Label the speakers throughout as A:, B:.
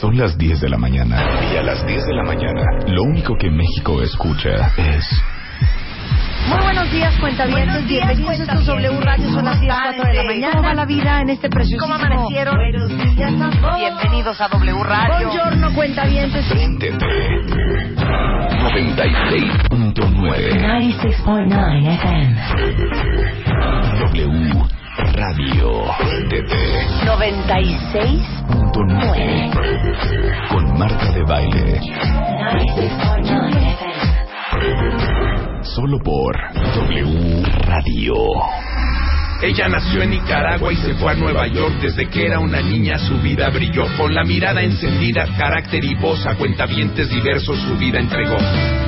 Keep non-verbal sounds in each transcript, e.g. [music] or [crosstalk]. A: Son las 10 de la mañana. Y a las 10 de la mañana, lo único que México escucha es...
B: Muy buenos días, cuentavientes.
C: Buenos días,
B: Bienvenidos a estos W Radios. Son las 10, 4 de la mañana.
C: ¿Cómo va la vida en este preciosísimo?
B: ¿Cómo amanecieron?
C: Buenos días a todos.
B: Bienvenidos a W Radio.
C: Buongiorno, cuentavientes.
A: TT 96.9
C: 96.9 FM.
A: W Radio TT
B: 96.
A: 9 con Marta de Baile
C: 96.9 FM.
A: solo por W Radio
D: Ella nació en Nicaragua y se fue a Nueva York desde que era una niña su vida brilló con la mirada encendida, carácter y voz a cuentavientes diversos su vida entregó.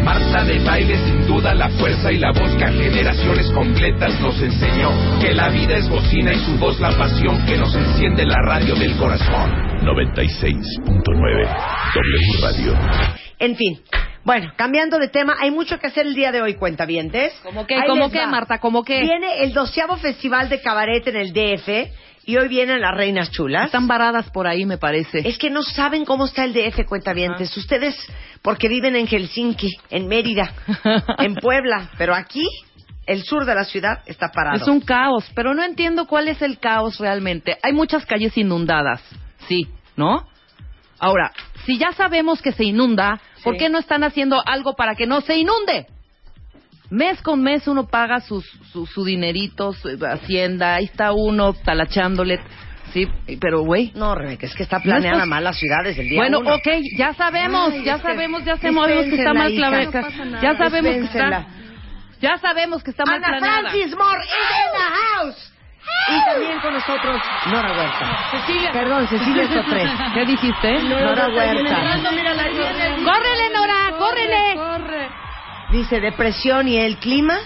D: Marta de baile sin duda la fuerza y la voz que a generaciones completas nos enseñó que la vida es bocina y su voz la pasión que nos enciende la radio del corazón.
A: 96.9 W Radio
B: En fin. Bueno, cambiando de tema, hay mucho que hacer el día de hoy, cuentavientes.
E: ¿Cómo qué?
B: Ahí
E: ¿Cómo
B: les
E: qué, Marta? ¿Cómo qué?
B: Viene el doceavo Festival de Cabaret en el DF y hoy vienen las Reinas Chulas.
E: Están varadas por ahí, me parece.
B: Es que no saben cómo está el DF, cuentavientes. Ustedes, porque viven en Helsinki, en
E: [laughs]
B: Mérida, en Puebla, pero aquí, el sur de la ciudad está parado.
E: Es un caos, pero no entiendo cuál es el caos realmente. Hay muchas calles inundadas, sí, ¿no? Ahora, si ya sabemos que se inunda, ¿por
B: Sí.
E: qué no están haciendo algo para que no se inunde? Mes con mes uno paga sus, su, su dinerito, su hacienda, ahí está uno talachándole, sí, pero güey.
B: No, Rebeca, es que está planeada
E: No es pos-
B: mal las ciudades el día
E: Bueno,
B: uno.
E: ok, ya sabemos,
B: Ay,
E: ya
B: es que-
E: sabemos, ya sabemos que está
B: dispénsela,
E: mal
B: hija,
E: claveca.
B: no pasa nada,
E: ya sabemos que está,
B: dispénsela.
E: ya sabemos que está mal
B: Ana
E: planeada.
B: Francis Moore is in the house. Y también con nosotros Nora Huerta.
E: Cecilia.
B: Perdón, Cecilia
E: [laughs]
B: Sotres. [laughs]
E: ¿Qué dijiste?
B: Nora Huerta.
E: ¡Córrele, Nora! ¡Córrele!
B: Dice depresión y el clima.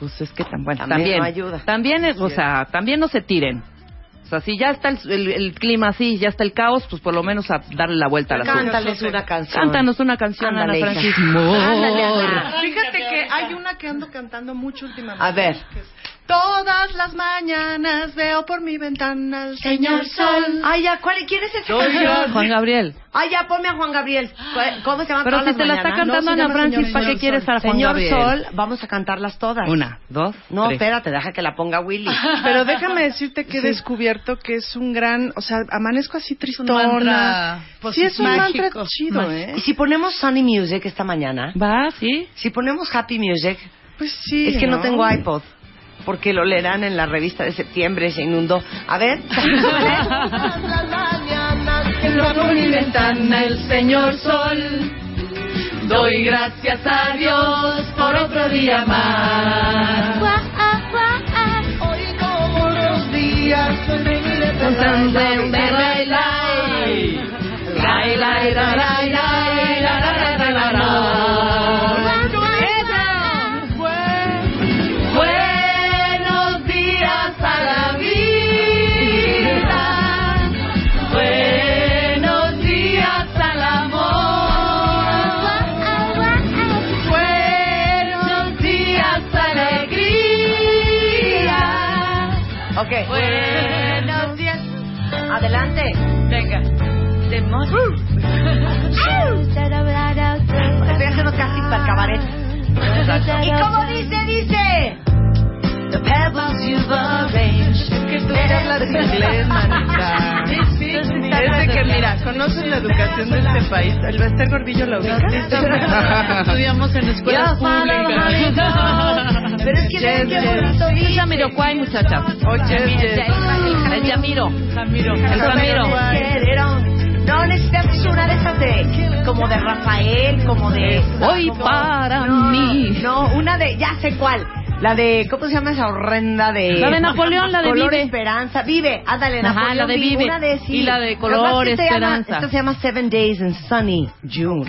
E: Pues es que tan bueno.
B: También
E: También,
B: no ayuda.
E: También, es- o sea, también no se tiren. O sea, si ya está el, el- el clima así, ya está el caos, pues por lo menos a darle la vuelta a la
B: Cántales una canción.
E: Cántanos una canción,
B: Ándale,
E: Ana
B: hija.
E: Francis.
B: Ándale, Ana.
F: Fíjate que hay una que ando cantando mucho últimamente.
B: A ver.
F: que es, Todas las mañanas veo por mi ventana al señor sol.
B: Ay, ya, ¿cuál, ¿quién es ese?
E: Juan Gabriel.
B: Ay, ya, ponme a Juan Gabriel. ¿Cuál- ¿Cómo se llama?
E: Pero
B: Todas
E: si
B: las
E: te la está
B: mañanas.
E: cantando
F: No, se
E: Ana
F: llama
E: Francis,
F: Señor
E: ¿para qué
F: Sol.
E: quieres a Juan
B: Señor
E: Gabriel?
B: Sol, vamos a cantarlas todas.
E: Una, dos,
B: No,
E: tres.
B: espérate, deja que la ponga
E: [laughs]
B: Willy.
F: Pero déjame decirte que he
B: Sí.
F: descubierto que es un gran, o sea, amanezco así tristona.
C: mantra, pues,
F: sí, es un
C: mágico.
F: mantra chido, ¿eh?
B: Y si ponemos Sunny Music esta mañana,
E: ¿Va? ¿Sí?
B: si ponemos Happy Music,
F: Pues sí.
B: es que no tengo iPod. Porque lo leerán en la revista de septiembre, se inundó. A ver. [laughs]
F: por mi ventana el señor sol.
E: Doy gracias a Dios por otro día más. Buenos días a la vida. Buenos [laughs] días al amor. Buenos días alegría.
B: ok.
E: Buenos días.
B: Adelante.
E: Venga.
F: Uh.
B: Estoy haciendo casting para el cabaret. ¿Y cómo dice? Dice. The pebbles you've arranged. Que tú hablas
F: inglés, manita.
B: Es
F: Es de que, mira, conocen la educación de este país. El Bester Gordillo la [laughs] ubica.
C: Estudiamos en escuelas públicas.
B: Pero es que vean qué
F: Yes,
B: bonito
E: Es
B: dice.
E: Yamiroquai, muchacha. El Yamiro. El Yamiro.
B: No necesitamos este una de esas de como de Rafael, como de
E: Hoy
B: como-
E: para
B: no,
E: mí.
B: No, una de ya sé cuál. La de, ¿cómo se llama esa horrenda de...? [laughs]
E: La de Napoleón, la de
B: Color
E: Vive.
B: Esperanza. Vive, ándale,
E: Ajá,
B: Napoleón
E: la de Vive.
B: Una de sí.
E: Y la de
B: Lo que pasa es
E: Color
B: que se llama-
E: Esperanza.
B: esto se llama Seven Days in Sunny June.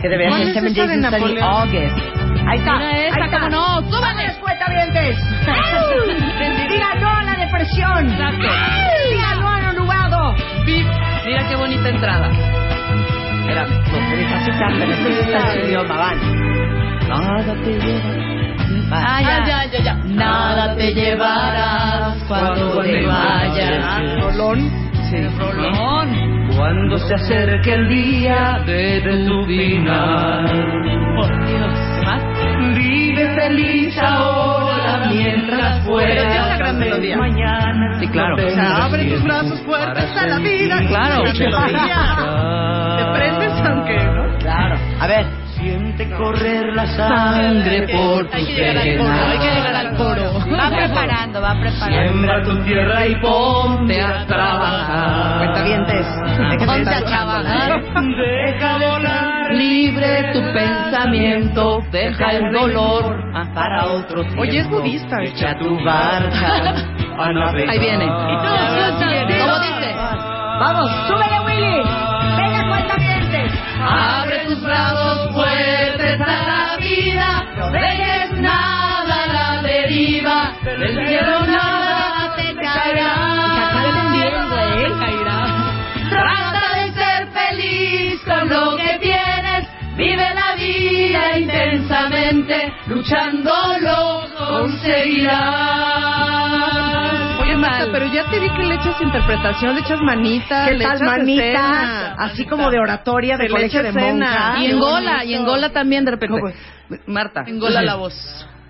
B: Que debería
F: ¿Cuál
B: ser
F: es
B: Seven
F: esa
B: Days
F: de
B: in Sunny
F: Napoleón?
B: August. Ahí está.
E: Mira
B: ahí
E: esta,
B: está.
E: cómo no. ¡Súbale!
B: ¡Vámonos,
E: [laughs]
B: cuentavientes! ¡Diga no a la depresión!
E: Exacto.
B: ¡Diga no al anulado!
E: Mira qué bonita entrada.
B: Espérame, no, me dejas citarme, después está en idioma, van. Nada te lleva.
E: Ah, ya.
F: ya, ya.
E: Nada te llevarás cuando te vayas. Ah,
F: Rolón.
E: Rolón.
B: Cuando se acerque el día de tu final,
E: Por Dios. ¿Qué más?
B: vive feliz ahora mientras
F: Pero tiene una gran melodía.
B: Mañana.
E: Sí, claro.
F: O sea, abre tus brazos fuertes a la vida.
E: Claro. Ah.
F: La melodía. Te prendes aunque, ¿no?
B: Claro. A ver. Siente correr la sangre por
F: Hay que llegar al coro, hay que llegar al coro.
E: Va preparando, va preparando.
B: Siembra tu tierra y ponte a trabajar. Cuentavientes.
E: Ponte a trabajar.
B: Deja volar
E: Libre tu pensamiento, deja el dolor
B: para otro tiempo.
F: Oye, es budista.
B: Echa tu barca a navegar.
E: Ahí viene. ¿Cómo dice?
B: Vamos, súbele, Willy. Venga, cuentavientes.
E: Abre tus brazos fuertes a la vida, no dejes nada a la deriva, del cielo nada te caerá.
F: ¿eh?
E: Trata de ser feliz con lo que tienes, vive la vida intensamente, luchando lo conseguirás.
F: Oye, Marta, pero ya te vi que le echas interpretación, le echas manita,
B: ¿Qué
F: le
B: tal,
F: echas
B: manita?
F: escena.
B: Así como de oratoria, de
F: Se le
B: colegio
F: echa
B: de
F: escena.
B: monjas.
E: Y en Gola, y en Gola también de repente.
F: ¿Cómo?
E: pues, Marta.
F: Engola la voz.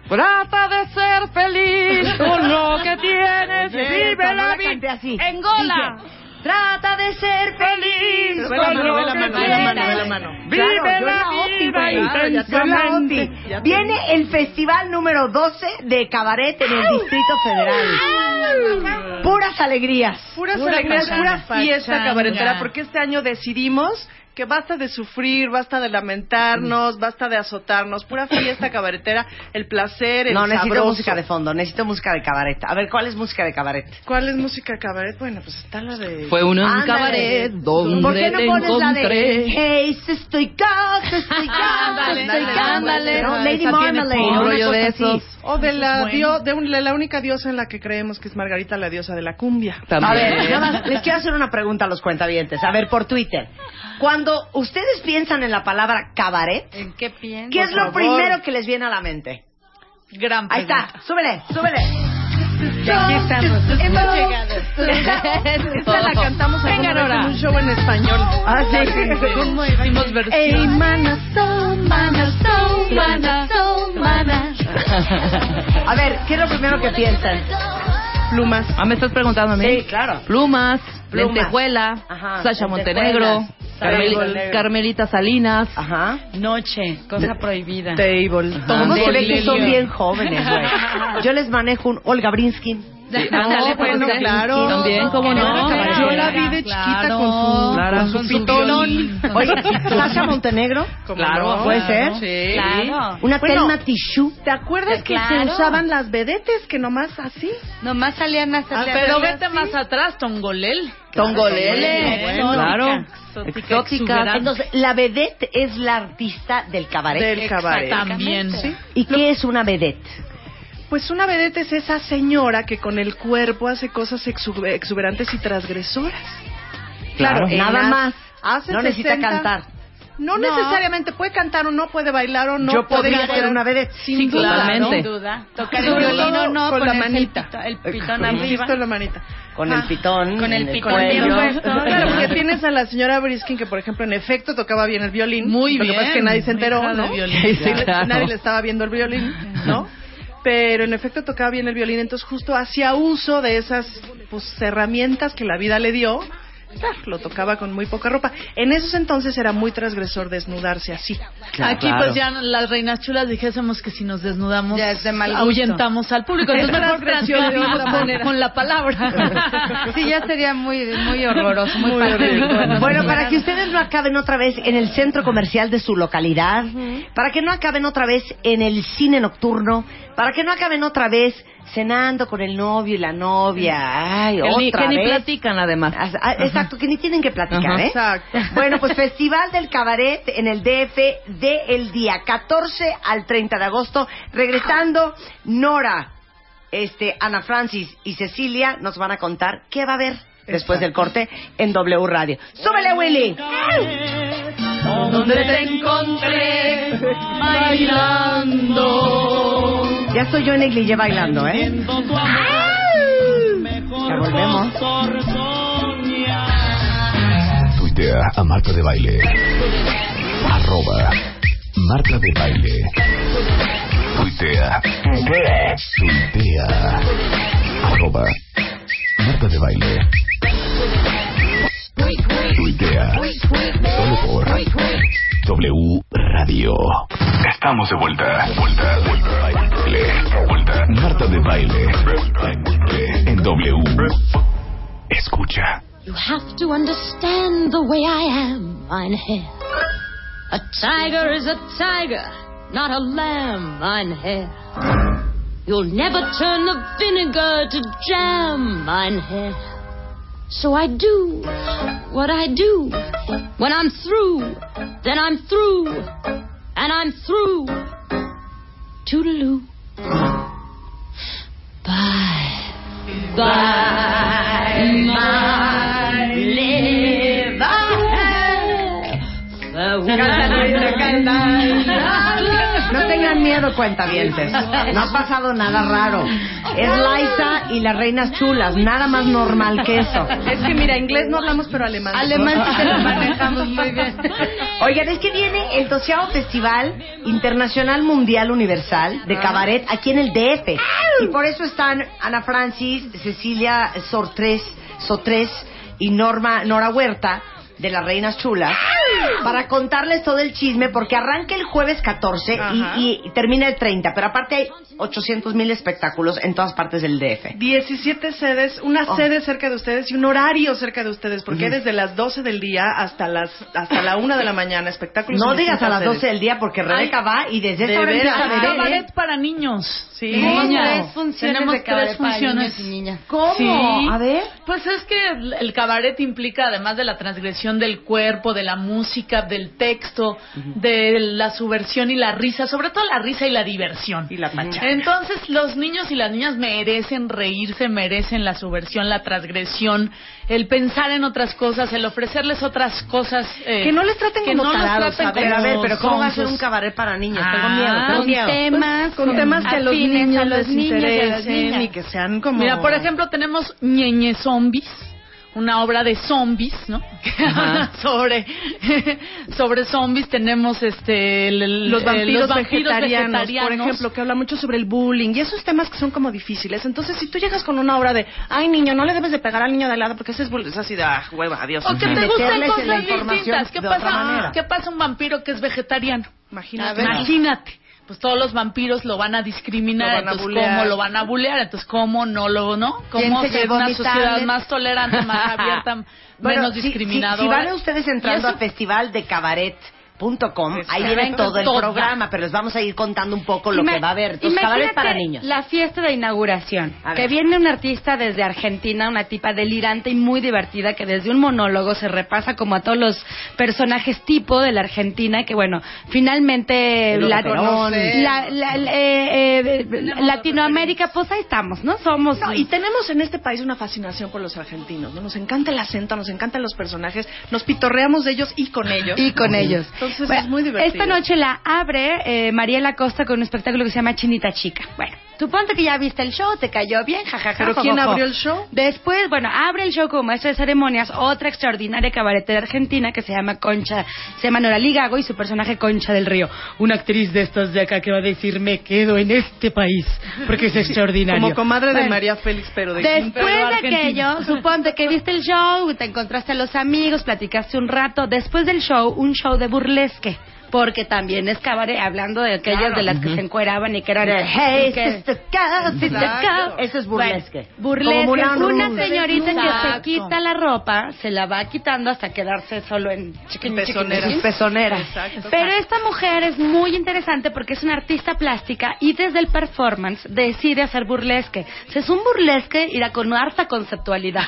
E: Trata de ser feliz con lo que tienes.
B: Oye,
E: Vive
B: esa no
E: la
B: la
E: vida.
B: canté así.
E: Engola. Trata de ser feliz
F: Ve la
E: con
F: mano,
E: lo
F: ve la
E: que
F: mano, ve la mano, ve la mano.
E: tienes. Vive
B: ¿eh? Claro, yo en
E: la
B: OTI,
E: vida
B: güey. Claro, ya estoy en la
E: intensamente.
B: OTI. Viene el festival número 12 de Cabaret en el Distrito Federal. Puras alegrías.
F: Puras
E: Pura
F: alegrías, pura
E: pachanga.
F: fiesta cabaretera,
E: Pachanga.
F: porque este año decidimos que basta de sufrir, basta de lamentarnos, basta de azotarnos, pura fiesta cabaretera, el placer, el
B: No, necesito
F: sabroso.
B: música de fondo, necesito música de cabaret. A ver, ¿cuál es música de cabaret?
F: ¿Cuál es música cabaret? Bueno, pues está la de...
E: Fue un
B: Ándale.
E: cabaret donde
B: ¿Por qué no
E: te
B: pones la de
E: encontré.
B: Hey, estoy causa,
E: [laughs]
B: estoy causa,
E: Ándale,
B: estoy causa"?
E: ándale.
B: No,
E: Esa
B: Lady
E: tiene
B: Marmalade.
E: un
B: una
E: rollo
B: cosa
E: de
B: así.
E: esos.
F: O de la,
E: Bueno.
F: dio- de, un- de la única diosa en la que creemos que es Margarita, la diosa de la cumbia.
E: También.
B: A ver, nada más, les quiero hacer una pregunta a los cuentavientes. A ver, por Twitter. Cuando ustedes piensan en la palabra cabaret,
E: ¿En qué piensas?
B: ¿qué es lo
F: favor.
B: primero que les viene a la mente?
E: Gran
B: Ahí está, súbele, súbele.
F: Ya aquí estamos. Hemos llegado.
E: Esta
B: [laughs]
F: Esta la cantamos alguna
E: Vengan
F: vez en
E: ahora.
F: un show en español.
B: Ah, sí, sí, sí. [laughs]
F: ¿Cómo era?
E: Hicimos
B: Eh,
F: Ey,
E: versión.
F: mana,
B: A ver, ¿qué es lo primero que piensan?
F: plumas.
E: Ah, me estás preguntando a mí.
B: Sí, claro.
E: Plumas,
B: Plumas.
E: Lentejuela,
B: Ajá,
E: Sasha
B: lentejuelas,
E: Montenegro,
B: Sasha
E: Carmeli-
B: Montenegro.
E: Carmelita Salinas.
B: Ajá.
G: Noche, cosa prohibida.
F: Table.
B: ¿Cómo se
E: Ándale.
B: ve que son bien jóvenes, güey?
F: [laughs]
B: Yo les manejo un Olga Brinskin. [laughs]
E: Sí,
F: No,
E: ándale,
F: pues,
E: no,
F: claro.
E: También, cómo no.
F: Claro, Yo la vi de chiquita
G: claro.
F: con su,
E: Claro,
F: con su
E: con su
F: pitón.
B: Oye,
F: [laughs]
B: Sasha Montenegro.
F: ¿Cómo
E: Claro,
F: no?
B: ¿Puede ser?
E: Sí.
G: Claro.
B: Una
F: Bueno.
B: Telma Tissú.
F: ¿Te acuerdas que se
G: Claro.
F: usaban las vedetes que nomás así?
G: Nomás salían hasta
F: Ah,
G: salían
F: pero
G: así.
F: vete
E: más atrás, Tongolel.
B: Tongolele.
E: Tongolele. Claro.
G: Exótica,
E: Exótica.
B: Entonces, la vedette es la artista del cabaret.
F: Del cabaret.
E: También.
G: Exactamente.
B: ¿Y qué es una vedette?
F: Pues una vedette es esa señora que con el cuerpo hace cosas exu- exuberantes y transgresoras.
E: Claro.
B: Nada
F: Enas,
B: más.
F: hace
B: no necesita
F: 60.
B: cantar.
F: No, necesariamente puede cantar o no, puede bailar o no.
B: Yo
F: puede
B: podría
F: bailar.
B: ser una vedette.
F: Sin
E: Sí,
F: duda.
E: totalmente.
G: Sin duda. Tocar el
F: Sobre todo
G: violín no,
F: con la
G: ponerse el
F: manita.
G: pito- El
F: Con
G: pitón
F: la
G: arriba.
F: pistola, manita.
B: Con
F: Ah.
B: el pitón.
G: Con el
B: en
G: pitón
B: cuello.
G: bien puesto.
F: pues,
E: [laughs]
F: Claro, porque
G: Ajá.
F: tienes a la señora Briskin que, por ejemplo, en efecto tocaba bien el violín.
E: Muy
F: Lo que pasa es que
E: bien,
F: nadie se enteró,
E: hija de
F: ¿no? [laughs]
E: violín. Sí, claro.
F: Nadie le estaba viendo el violín, ¿no? Pero en efecto tocaba bien el violín, entonces justo hacía uso de esas pues, herramientas que la vida le dio
E: Ah, Lo tocaba con muy poca ropa. En esos entonces era muy transgresor desnudarse así.
F: Aquí pues ya las reinas chulas dijésemos que si nos desnudamos
G: Ya es de mal gusto.
F: ahuyentamos al público.
E: Es
F: Entonces mejor
E: transgresión de
F: transgredimos
E: otra
F: con,
E: manera.
F: con la palabra.
G: Sí, ya sería muy, muy horroroso, muy,
E: Muy
G: patético.
E: horrible.
B: Bueno, para que ustedes no acaben otra vez en el centro comercial de su localidad, para que no acaben otra vez en el cine nocturno, para que no acaben otra vez cenando con el novio y la novia, ay,
H: Que ni-
B: otra
H: que ni
B: vez.
H: platican además.
B: Ah, ah, Exacto, que ni tienen que platicar,
H: Ajá.
B: ¿eh?
E: Exacto.
B: Bueno, pues Festival del Cabaret en el DF de el día 14 al 30 de agosto. Regresando, Nora, este, Ana Francis y Cecilia nos van a contar qué va a haber después del corte en W Radio. ¡Súbele, Willy!
I: Donde te encontré bailando.
B: Ya estoy yo en Neglige bailando, ¿eh?
I: Siento tu amor.
B: Ya volvemos.
I: por soñar.
A: Tuitea a Marta de Baile. Arroba Marta de Baile. Tuitea. Tuitea. Arroba Marta de Baile. Tuitea. Solo por W Radio. Estamos de vuelta. Vuelta, vuelta, baile. Vuelta. Marta de Baile. En W. Escucha.
J: You have to understand the way I am, mein Herr. A tiger is a tiger, not a lamb, mein Herr. You'll never turn the vinegar to jam, mein Herr. So I do what I do. When I'm through, then I'm through, and I'm through. Toodaloo. Bye. Bye, my liver.
B: No tengan miedo, cuentavientes. No ha pasado nada raro. Es Liza y las reinas chulas. Nada más normal que eso.
E: Es que mira, inglés no hablamos, pero alemán.
G: Alemán sí
E: [laughs]
G: te lo manejamos muy bien.
B: Oigan, es que viene el doceavo Festival Internacional Mundial Universal
E: Ah.
B: de Cabaret aquí en el DF. Y por eso están Ana Francis, Cecilia Sortres, Sotres y Norma, Nora Huerta de las Reinas Chulas para contarles todo el chisme porque arranca el jueves 14
E: Ajá.
B: y, y termina el 30. Pero aparte hay 800 mil espectáculos en todas partes del DF.
E: 17 sedes, una
B: Oh.
E: sede cerca de ustedes y un horario cerca de ustedes, porque desde las 12 del día hasta las hasta la 1 de la mañana, espectáculos.
B: No
E: en
B: digas a
E: distintas
B: las 12
E: sedes.
B: del día porque Rebeca va y desde
E: de
B: esa hora
E: veras, Ah,
B: empieza a beber, ¿eh?
F: Cabaret para niños.
E: Sí.
F: Niñas.
G: Tres funciones
F: Tenemos
G: de cabaret
F: tres
G: para
F: funciones.
G: niños y niñas.
B: ¿Cómo?
F: Sí.
B: A ver.
F: Pues es que el el cabaret implica, además de la transgresión del cuerpo, de la música, del texto, de la subversión y la risa, sobre todo la risa y la diversión.
E: Y la pachanga.
F: Entonces, los niños y las niñas merecen reírse, merecen la subversión, la transgresión, el pensar en otras cosas, el ofrecerles otras cosas. eh,
E: Que no les traten
F: que
E: como
F: no los
E: tarados,
F: traten
B: Pero a
E: a ver,
B: ver,
F: como
B: pero ¿cómo va a ser
F: sonsos.
B: un cabaret para niños? tengo
F: Ah,
B: miedo, tengo
G: Con
B: miedo.
G: temas,
E: con temas que a los
G: afines
E: niños
G: a los
E: les
G: niños y a las
E: interesen
G: niñas.
E: y que sean como
F: Mira, por ejemplo, tenemos Ñeñe Zombies, una obra de zombies, ¿no? Que habla [laughs] sobre sobre zombies tenemos este el- el-
E: los
F: eh,
E: vampiros,
F: los vampiros
E: vegetarianos,
F: vegetarianos.
E: por ejemplo, que habla mucho sobre el bullying y esos temas que son como difíciles. Entonces, si tú llegas con una obra de, ay niño, no le debes de pegar al niño de lado porque ese es bullying, es así de, ah, hueva, adiós.
F: O que te
B: Meterles en
F: gustan
B: la
F: cosas
B: información
F: distintas. ¿Qué
B: de otra
F: pasa,
B: manera.
F: ¿Qué pasa un vampiro que es vegetariano?
E: Imagínate.
F: Imagínate. Pues todos los vampiros lo van a
E: Lo
F: discriminar,
E: van a
F: entonces
E: bulear.
F: cómo lo van a bulear, entonces cómo no lo, ¿no? Cómo
G: se
F: ser
G: llevó
F: una
G: mi
F: sociedad
G: tablet?
F: más tolerante,
B: [laughs]
F: más abierta,
B: Bueno,
F: menos
B: si- si-
F: discriminadora.
B: Si, van ustedes entrando
F: Y
B: a
F: eso-
B: festivaldecabaret.com, ahí
E: Exacto.
B: viene todo el
F: Toda.
B: programa, pero les vamos a ir contando un poco lo
G: Ima-
B: que va a haber. Entonces, cabaret
G: imagínate
B: para niños.
G: La fiesta de inauguración.
B: A ver.
G: Que viene una artista desde Argentina, una tipa delirante y muy divertida que desde un monólogo se repasa como a todos los personajes tipo de la Argentina que bueno, finalmente
B: Luego
G: la-
B: Perón.
E: [laughs]
G: la- la- la- eh, eh, Latinoamérica, pues ahí estamos, ¿no? Somos
E: No, y tenemos en este país una fascinación por los argentinos, ¿no? Nos encanta el acento, nos encantan los personajes, nos pitorreamos de ellos y con ellos.
G: Y con ellos.
E: Entonces
G: Bueno,
E: es muy divertido.
G: Esta noche la abre eh, Mariela Costa con un espectáculo que se llama Chinita Chica. Bueno, Suponte que ya viste el show, te cayó bien, jajaja.
K: ¿Pero quién abrió el
G: show? Después, bueno, abre el show como maestra de ceremonias otra extraordinaria cabaretera argentina que se llama Concha, se llama Nora Ligago y su personaje Concha del Río. Una actriz de estas de acá que va a decir, me quedo en este país, porque
K: [laughs]
G: es extraordinario.
F: Como comadre de
G: Bueno,
F: María Félix, pero de
G: Después
F: pero
G: de
F: argentina.
G: aquello, suponte que viste el show, te encontraste a los amigos, platicaste un rato. Después del show, un show de burlesque. Porque también es cabaret, hablando de aquellas
B: Claro.
G: de las que
B: Ujú.
G: se encueraban y que eran... este
B: De, "Hey, este
G: y que-
B: sister girl, sister
G: Exacto.
B: girl". este Eso es burlesque.
G: Bueno, burlesque.
B: Como Moulin
G: Una
B: Rouge.
G: señorita que se
B: Exacto.
G: quita la ropa, se la va quitando hasta quedarse solo en chiquin, chiquin,
F: Pezonera.
G: chiquin.
B: Pezonera.
F: Exacto.
G: Pero esta mujer es muy interesante porque es una artista plástica y desde el performance decide hacer burlesque. O sea, es un burlesque y la con harta
B: [laughs]
G: conceptualidad.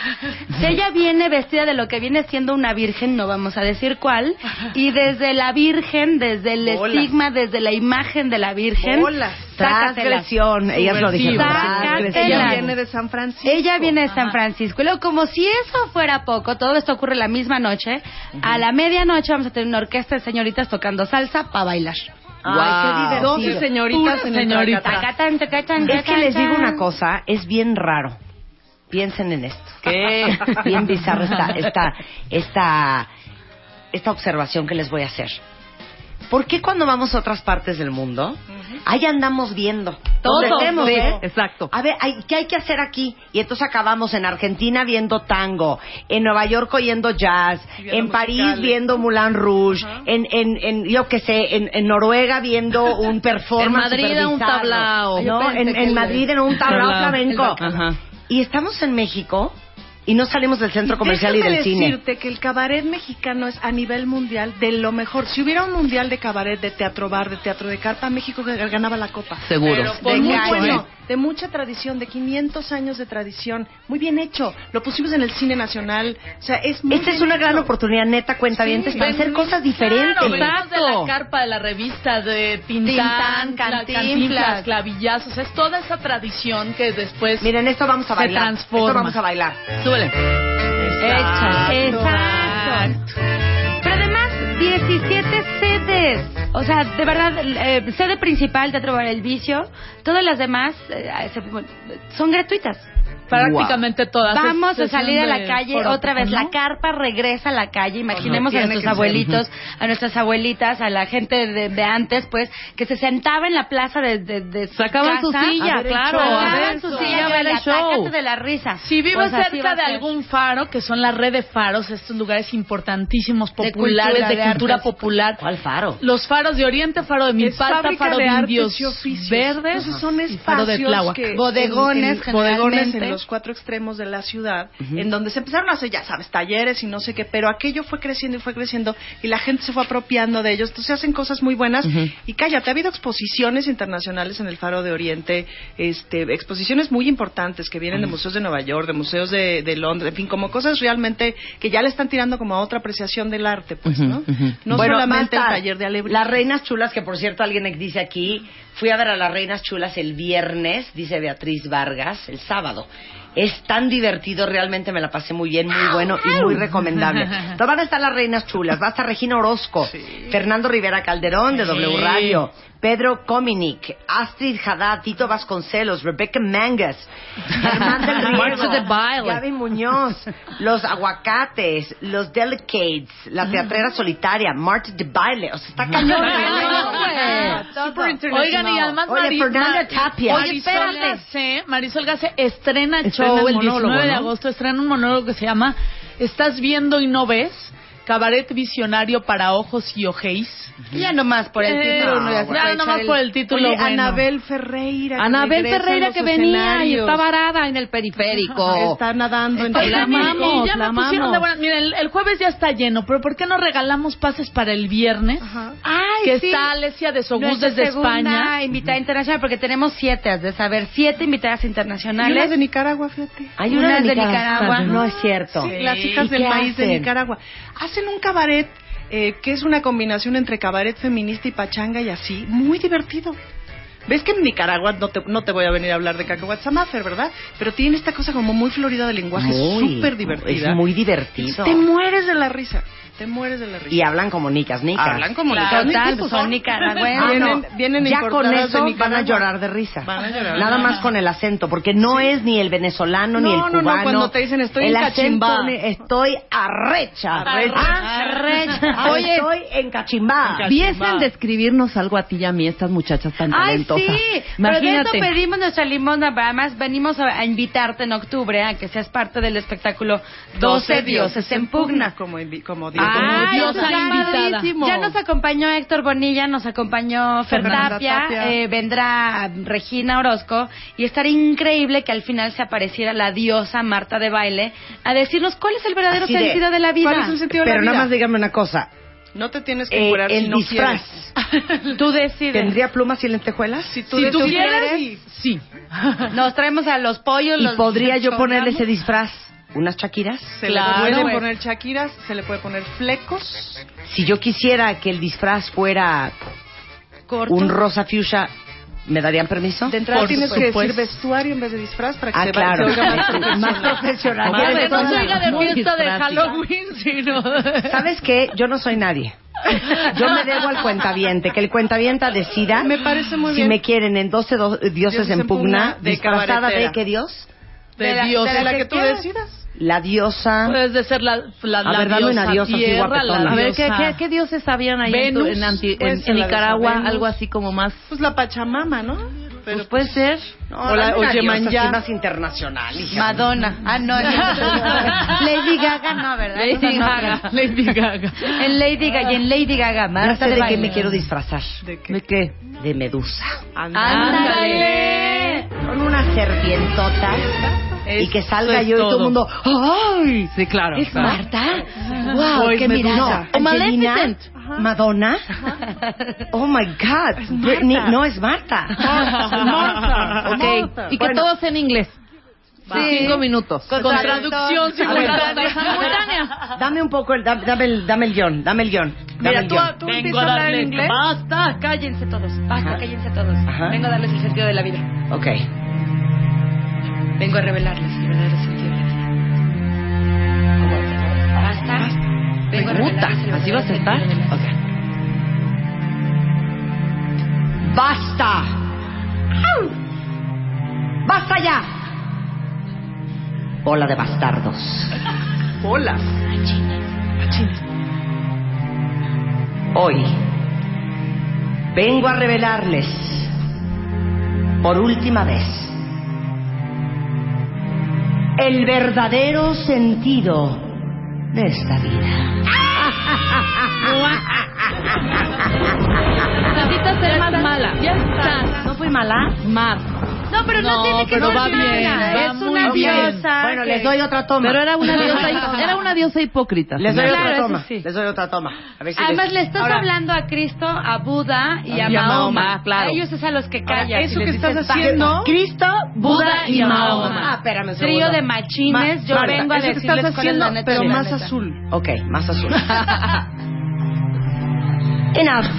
G: Si ella viene vestida de lo que viene siendo una virgen, no vamos a decir cuál, y desde la virgen, desde el
F: Bolas.
G: estigma, desde la imagen de la virgen,
F: Bolas.
G: sácatelas.
B: Transgresión. Ellas lo dijeron.
G: Subversivo.
B: Transgresión.
F: Ella
G: Ella-
F: viene de San Francisco.
G: Ella viene de San Francisco. Y luego, como si eso fuera poco, todo esto ocurre la misma noche. A la medianoche vamos a tener una orquesta de señoritas tocando salsa para bailar.
B: Ay, qué
K: Wow.
B: divertido.
K: Doce señoritas en el tracatá.
G: Tacatán, tacatán,
B: Es que les
G: tacatán.
B: digo una cosa, es bien raro. Piensen en esto.
F: ¿Qué?
B: Bien bizarra esta, esta, esta, esta observación que les voy a hacer. ¿Por qué cuando vamos a otras partes del mundo, ahí andamos viendo?
K: Todo,
B: Donde estemos,
K: sí,
B: ¿eh?
K: exacto.
B: A ver, hay- ¿qué hay que hacer aquí? Y entonces acabamos en Argentina viendo tango, en Nueva York oyendo jazz,
K: viendo
B: en París
K: musicales.
B: viendo Moulin Rouge, en, en, en, yo qué sé, en, en Noruega viendo
K: [laughs]
B: un performance.
K: En Madrid,
B: supervisado.
K: un tablao. Yo
B: No,
K: pensé
B: en,
K: que
B: en
K: el-
B: Madrid en un tablao
K: Tablao.
B: flamenco.
K: El- ajá.
B: Y estamos en México y no salimos del centro comercial y,
F: Déjame
B: del cine.
F: decirte que el cabaret mexicano es a nivel mundial de lo mejor. Si hubiera un mundial de cabaret, de teatro bar, de teatro de carpa, México ganaba la copa.
E: Seguro.
K: Pero
F: De,
K: por
F: muy
K: mucho,
F: bueno,
K: ¿eh?
F: de mucha tradición, de 500 años de tradición. Muy bien hecho. Lo pusimos en el cine nacional. O sea, es muy
B: Esta Este es
F: bien
B: una
F: hecho.
B: gran oportunidad, neta, cuenta bien,
K: Sí,
B: para hacer
K: venimos-
B: cosas diferentes.
K: Claro, venimos de
E: Exacto.
K: la carpa de la revista de Tintán,
G: Tintán,
K: la-
G: Cantinflas.
K: Cantinflas, clavillazos, es toda esa tradición que después
B: Miren, esto vamos a
K: Se
B: bailar.
K: transforma.
B: Esto vamos a bailar.
E: Súbele.
G: Exacto. Pero además, 17 sedes. O sea, de verdad, eh, sede principal, Teatro Bar El Vicio. Todas las demás eh, se- son gratuitas.
K: prácticamente todas.
G: Vamos a
K: Es
G: salir a
K: sesión
G: la
K: de
G: calle
K: foro,
G: otra vez.
K: ¿no?
G: La carpa regresa a la calle. Imaginemos
F: tiene
G: a
F: que
G: nuestros
F: ser.
G: abuelitos, a nuestras abuelitas, a la gente de, de antes, pues, que se sentaba en la plaza de, de, de su
E: Sacaban su
G: casa.
E: silla,
G: A ver el
E: claro,
G: show.
E: a ver
G: Sacaban
E: el
G: su
E: show.
G: silla
E: A ver
G: y
E: el show.
G: atácate de la risa.
K: Si vives
G: Pues así va
K: cerca
G: a
K: de
G: ser.
K: algún faro, que son la red de faros, estos lugares importantísimos, populares,
G: cultura,
K: de
G: de
K: cultura
G: artes.
K: popular.
B: ¿Cuál faro?
K: Los faros de Oriente, faro de Milpalta,
F: fábrica
K: faro de,
F: de artes
K: indios
F: y oficios.
K: verdes,
F: Entonces, son
K: y faro de
F: espacios
K: Tláhuac.
F: que
G: Bodegones,
F: en, en- bodegones
G: generalmente.
F: en los cuatro extremos de la ciudad, en donde se empezaron a hacer, ya sabes, talleres y no sé qué, pero aquello fue creciendo y fue creciendo y la gente se fue apropiando de ellos. Entonces se hacen cosas muy buenas y cállate, ha habido exposiciones internacionales en el Faro de Oriente, este, exposiciones muy importantes que vienen de museos de Nueva York, de museos de, de Londres, en fin, como cosas realmente que ya le están tirando como a otra apreciación del arte, pues, ¿no? No
B: Bueno,
F: solamente el
B: Marta,
F: taller de Alebrije.
B: Las Reinas Chulas, que por cierto alguien dice aquí, fui a ver a las Reinas Chulas el viernes, dice Beatriz Vargas, el sábado. Es tan divertido, realmente me la pasé muy bien, muy bueno y muy
F: [laughs]
B: recomendable. Entonces van a estar las Reinas Chulas, va a estar Regina Orozco, Fernando Rivera Calderón de W Radio, Pedro Cominic, Astrid Haddad, Tito Vasconcelos, Rebecca Mangas, Germán
F: [laughs]
B: del Riego,
E: Marcha de baile.
B: Gaby
G: [laughs]
B: Muñoz, Los Aguacates, Los Delicates, La Teatrera Solitaria, Marta de Baile. O sea,
G: [laughs]
B: está cañón.
J: pues.
K: Oigan, y además
B: Oye,
K: Mari-
B: Fernanda
K: Mar-
B: Tapia.
K: Oye,
B: Marisol
K: espérate. Gacé- Marisol Gacé estrena el
B: Estrena
K: show el
B: el monólogo,
K: 19 de
B: ¿no?
K: agosto. Estrena un monólogo que se llama Estás viendo y no ves. Cabaret visionario para ojos y ojéis.
G: pues. Ya nomás por el
K: Eh,
G: título.
K: ya nomás por el título.
F: Oye,
K: bueno.
F: Anabel Ferreira. que
E: Anabel
F: regresa a
E: Ferreira
F: los
E: que venía y
F: escenarios.
E: está varada en el periférico.
F: Está nadando en
K: Oigan,
E: La
K: miren, y
E: amamos,
K: ya me pusieron
E: la amamos.
K: de buena- Mira, el, el jueves ya está lleno, pero ¿por qué no regalamos pases para el viernes? Ah,
G: Ay,
K: que
G: sí.
K: está Alesia de Sogus
G: Nuestra
K: desde España.
G: segunda invitada internacional, porque tenemos siete, has de saber, siete invitadas
F: Y unas de
G: internacionales.
F: Nicaragua, fíjate.
B: Hay
G: Una
B: una
G: es
B: de
G: de
B: Nicaragua.
G: Nicaragua.
B: No es cierto.
F: Sí, las
B: ¿Y
F: hijas del
B: qué
F: país de
B: hacen?
F: Nicaragua. Hacen un cabaret eh, que es una combinación entre cabaret feminista y pachanga y así. Muy divertido. Ves que en Nicaragua no te, no te voy a venir a hablar de cacahuatzamafer, ¿verdad? Pero tiene esta cosa como muy florida de lenguaje,
B: Muy,
F: súper divertida.
B: Es muy
F: Y
B: divertido.
F: Te mueres de la risa. Te mueres de la risa.
B: Y hablan como nicas, nicas.
F: Hablan como nicas,
G: Claro, total,
F: nicas,
G: pues,
F: son.
G: son nicaragüenses.
F: Ah, no.
B: Vienen-
F: Vienen
B: ya con
F: importadas de
B: eso van a
F: Nicaragua.
B: llorar de risa.
F: Van a llorar.
B: Nada más con el acento, porque no es ni el venezolano ni el
F: No, no, no,
B: cubano.
F: cuando te dicen, "Estoy
B: el
F: en
B: acento,
F: Cachimbá".
B: ne- estoy arrecha.
F: Arrecha.
B: Ah,
G: Arrecha.
B: ah,
E: Oye.
B: estoy en Cachimbá.
E: Viesen de escribirnos algo a ti y a mí, estas muchachas tan
G: Ay,
E: talentosas.
G: sí. Pero de
E: Imagínate.
G: esto pedimos nuestra limosna. pero Además, venimos a, a invitarte en octubre a que seas parte del espectáculo 12 Dioses en Pugna.
F: Como, invi- como Dios.
G: Ah,
E: Como diosa invitada.
G: Ya nos acompañó Héctor Bonilla, nos acompañó Fer
F: Fernanda
G: Tapia,
F: Tapia.
G: eh, vendrá Regina Orozco y estará increíble que al final se apareciera la diosa Marta de Baile a decirnos cuál es el verdadero
B: Así de,
G: sentido de, la vida.
F: ¿cuál es el sentido de
B: Pero
F: la
B: nada
F: vida?
B: más dígame una cosa.
F: No te tienes que
B: eh,
F: curar si
B: el
F: no
B: disfraz,
F: quieres.
G: [laughs] Tú decides.
B: ¿tendría plumas y lentejuelas?
F: Si tú,
G: Si tú
F: decides-
G: quieres,
E: Sí.
G: Nos traemos a los pollos,
B: ¿Y
G: los
B: podría yo ponerle ese
G: chongamos.
B: disfraz? ¿Unas chaquiras?
F: se
E: Claro,
F: le
E: güey.
F: pueden poner Shakiras, se le puede poner flecos.
B: Si yo quisiera que el disfraz fuera
G: corto?
B: un rosa fuchsia, ¿me darían permiso?
F: De entrada
E: Por
F: tienes que decir
E: supuesto.
F: vestuario en vez de disfraz para que
B: Ah,
F: se,
B: claro.
F: se oiga más
B: [laughs] Más
F: profesional. Ah,
B: profesional.
E: Más
B: Tienes
E: de-
B: toda la
E: no soy la de
B: razón.
E: fiesta de
K: Halloween, sino.
B: [laughs] ¿Sabes qué? Yo no soy nadie. Yo me debo al cuentaviente, que el cuentaviente decida
F: Me parece muy
B: si
F: bien.
B: me quieren en 12 do- dioses, en pugna,
F: de
B: disfrazada de
F: cabaretera.
B: qué dios?
K: De Dios.
F: de la que, Pues tú
K: quieras.
F: decidas.
B: La diosa
K: Pues de ser la, la, la
B: ver, dame una
K: diosa
B: diosa así
K: tierra, la
B: guapetona.
E: pues, A ver, ¿qué,
K: diosa-
B: ah.
E: qué, qué dioses habían ahí en tu-
K: Venus,
E: en, anti-
F: puede
E: en-
F: ser
E: en
F: la
E: Nicaragua?
F: diosa Venus.
E: Algo así como más.
F: Pues la Pachamama, ¿no? Pero
E: pues puede ser.
F: o la- o Yemanjá.
B: más internacional, hija.
G: Madonna.
B: [laughs]
G: Ah, no. no. Lady Gaga, no, ¿verdad?
E: Lady
G: No, no,
E: Gaga.
G: no.
E: Lady Gaga.
G: En Lady Gaga, y en Lady Gaga, Marta
B: Ya sé de qué
G: Baile.
B: me quiero disfrazar.
F: ¿De qué?
B: qué? De medusa.
G: ¡Ándale!
B: Con una serpientota y que salga yo y todo el mundo, ¡ay!
E: Sí, claro.
B: ¿Es
E: claro.
B: Marta? ¡Wow!
E: Pues
B: ¡Qué
E: Medusa.
B: mirada! Oh,
E: O
B: Angelina,
E: Maleficent.
B: Madonna. Oh my God. Britney. No, es Marta.
E: Marta. Ok.
B: [laughs] Marta.
E: Y que
B: Bueno.
E: todo sea en inglés. Sí. Cinco minutos.
K: Con traducción simultánea.
B: Dame un poco el. da- Dame el, dame el guión. Dame el guión. Dame
K: Mira,
B: el
K: tú,
B: guión.
K: tú empiezas a hablar en inglés.
G: Basta, Ah, cállense todos. Basta,
B: Ajá.
G: cállense todos.
B: Ajá.
G: Vengo a darles el sentido de la vida.
B: Ok.
G: Vengo a revelarles el verdadero sentido de la vida. Basta. Vengo a
E: Pregunta.
G: revelarles el
E: ¿Así vas a
G: verdadero
E: estar?
G: sentido de la vida.
B: ¡Basta! ¡Au! ¡Basta ya! Bola de bastardos.
F: Bolas.
B: Hoy vengo a revelarles por última vez el verdadero sentido de esta vida.
E: Necesitas ser más mala. Ya estás.
B: ¿No fui mala?
E: Mar.
G: No, pero no,
E: No,
G: tiene que
E: pero
G: ser
E: va
G: mala.
E: bien, va
G: es
E: muy
G: una
E: bien.
G: diosa.
B: Bueno,
G: que-
B: les doy otra toma.
E: Pero era una diosa, era una diosa hipócrita.
B: Les doy
E: señora.
G: Claro,
B: otra
G: eso
B: toma.
G: sí.
B: Les doy otra toma. A ver si
G: Además,
B: les-
G: le estás
F: Ahora-
G: hablando a Cristo, a Buda y a,
E: Y a
G: Mahoma.
E: Mahoma, claro.
G: A ellos es a los que
F: Ahora,
G: callas. y
F: eso
G: les
F: que
G: dices,
F: estás
G: "Va".
F: haciendo.
B: Cristo,
G: Buda y Mahoma.
B: Ah, espérame un
G: Trío
B: segundo.
G: de machines. yo
B: Marta,
G: vengo a
F: eso que
G: decirles
F: estás
G: cuál es la
F: haciendo,
G: neta
F: pero
G: y la
F: más
G: neta.
F: azul.
B: Ok, más
G: [laughs]
B: azul. Enough.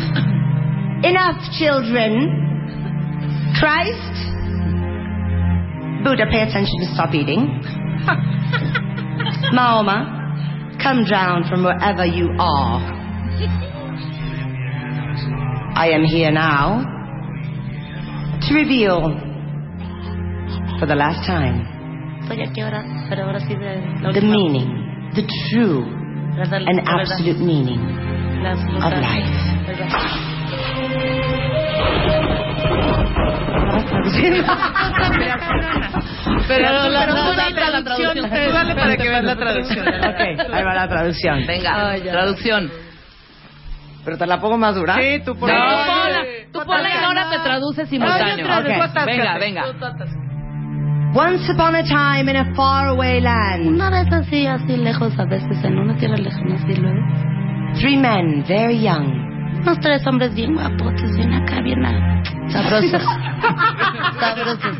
B: Enough, children. Christ. Buddha, pay attention and stop eating.
G: [laughs]
B: Mahoma, come down from wherever you are. I am here now to reveal for the last time the meaning, the true and absolute meaning
F: [laughs]
B: of life.
E: Pero, la,
F: pero
E: la-
F: tú dale
E: la
F: la traducción, tú dale para que veas la traducción.
B: Ok, ahí va la traducción.
E: Venga, traducción.
B: Pero te la pongo más dura.
F: Sí, tú por
E: No,
F: ahí.
E: tú ponla, tú ponla y ahora te traduces simultáneo.
B: Ay, yo traduzco,
E: Ok, Venga, venga.
B: Once upon a time in a faraway land,
J: Una vez así, así lejos, a veces en una tierra lejana, así luego.
B: three men, very young,
J: Unos tres hombres bien guapotes, bien acá, bien ah, sabrosos. sabrosos.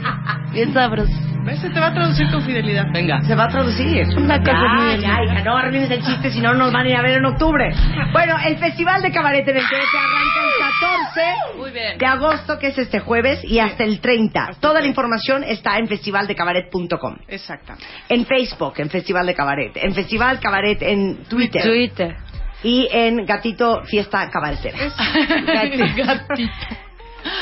J: Bien sabrosos.
F: ¿Ves? Se te va a traducir con fidelidad.
E: Venga.
B: se va a traducir.
J: Una cosa muy
B: Ay,
J: bien.
B: ay, hija, no arruines el chiste, si no nos van a ir a ver en octubre. Bueno, el Festival de Cabaret en el que se arranca el 14
E: Muy bien.
B: de agosto, que es este jueves, y hasta el 30. Toda la información está en festivaldecabaret.com.
F: Exactamente.
B: En Facebook, en Festival de Cabaret. En Festival Cabaret en Twitter.
G: Twitter.
B: Y en Gatito Fiesta Cabaretera. [laughs]
G: [laughs]
K: Gatito.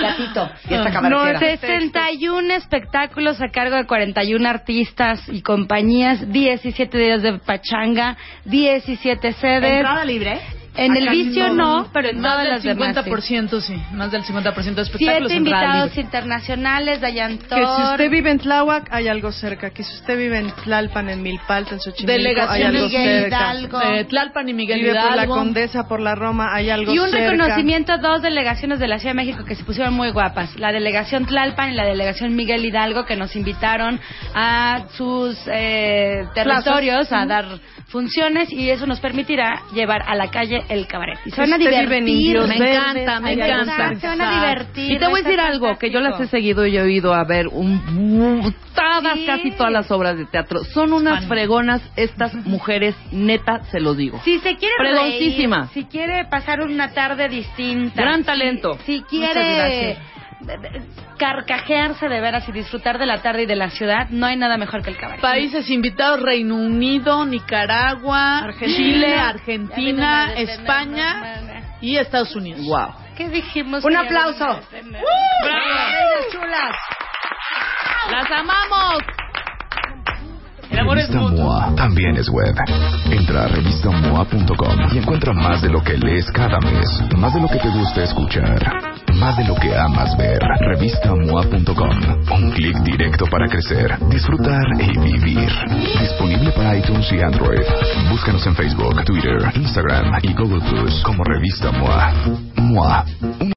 B: Gatito Fiesta
G: No,
B: Cabaretera.
F: pues.
G: 61 espectáculos a cargo de 41 artistas y compañías, 17 días de pachanga, 17 sedes.
F: ¿Entrada libre?
G: En el
F: Acá
G: vicio
F: no.
G: no, pero en
K: Más
G: todas
K: del
G: las demás.
K: 50%, sí. Más del 50% de espectáculos
G: Siete
K: en
G: invitados
K: reality.
G: internacionales, Dayantor.
F: Que si usted vive en Tláhuac, hay algo cerca. Que si usted vive en Tlalpan, en Milpalta, en Xochimilco, hay
K: Delegación
F: algo
K: Miguel
F: cerca.
K: Hidalgo. Eh, Tlalpan y Miguel
F: vive por la
K: Hidalgo.
F: Condesa, por la Roma, hay algo
G: y un
F: cerca.
G: reconocimiento a dos delegaciones de la Ciudad de México que se pusieron muy guapas, la delegación Tlalpan y la delegación Miguel Hidalgo, que nos invitaron a sus eh, territorios a dar funciones y eso nos permitirá llevar a la calle el cabaret. Y se van a
F: Usted vive en
G: divertir.
F: Indios
K: Me
F: Verdes,
K: encanta, me
F: hay algo
K: encanta.
G: Se van a divertir.
E: Y te voy a
G: está
E: decir algo, que yo las he
G: fantástico.
E: seguido y he oído a ver un, todas,
G: Sí.
E: casi todas las obras de teatro. Son unas
K: Hispano.
E: fregonas estas mujeres, neta, se los digo.
G: Si se quiere
E: Fregoncísima.
G: reír, si quiere pasar una tarde distinta,
E: Gran
G: si-
E: talento.
G: si,
E: Muchas
G: quiere carcajearse de veras y disfrutar de la tarde y de la ciudad, no hay nada mejor que el cabaret.
K: Países invitados, Reino Unido, Nicaragua,
F: Argentina.
K: Chile,
G: Ya
K: Argentina,
G: vino
K: España y Estados Unidos.
E: Wow.
G: ¿Qué dijimos?
B: Un
G: que
B: aplauso.
G: habíamos de tener?
B: Bellas chulas.
E: ¡Las amamos!
K: El amor es
A: Revista
K: mutuo.
A: MOA también es web. Entra a revistamoa.com y encuentra más de lo que lees cada mes, más de lo que te gusta escuchar, más de lo que amas ver. Revistamoa.com. Un clic directo para crecer, disfrutar y vivir. Disponible para iTunes y Android. Búscanos en Facebook, Twitter, Instagram y Google Plus como Revista MOA. MOA. Una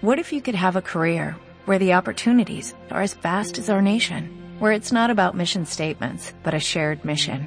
L: What if you could have a career where the opportunities are as vast as our nation, where it's not about mission statements, but a shared mission?